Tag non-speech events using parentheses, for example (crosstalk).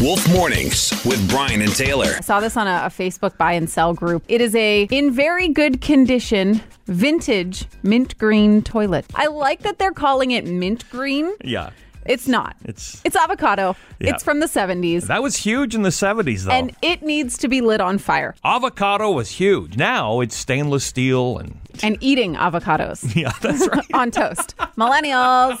Wolf Mornings with Brian and Taylor. I saw this on a, a Facebook buy and sell group. It is a in very good condition vintage mint green toilet. I like that they're calling it mint green. Yeah. It's not. It's- it's avocado. Yeah. oh. It's from the 70s That was huge in the 70s, though. and it needs to be lit on fire. Avocado was huge. Now it's stainless steel and. And eating avocados (laughs) Yeah, that's right. (laughs) on toast. Millennials.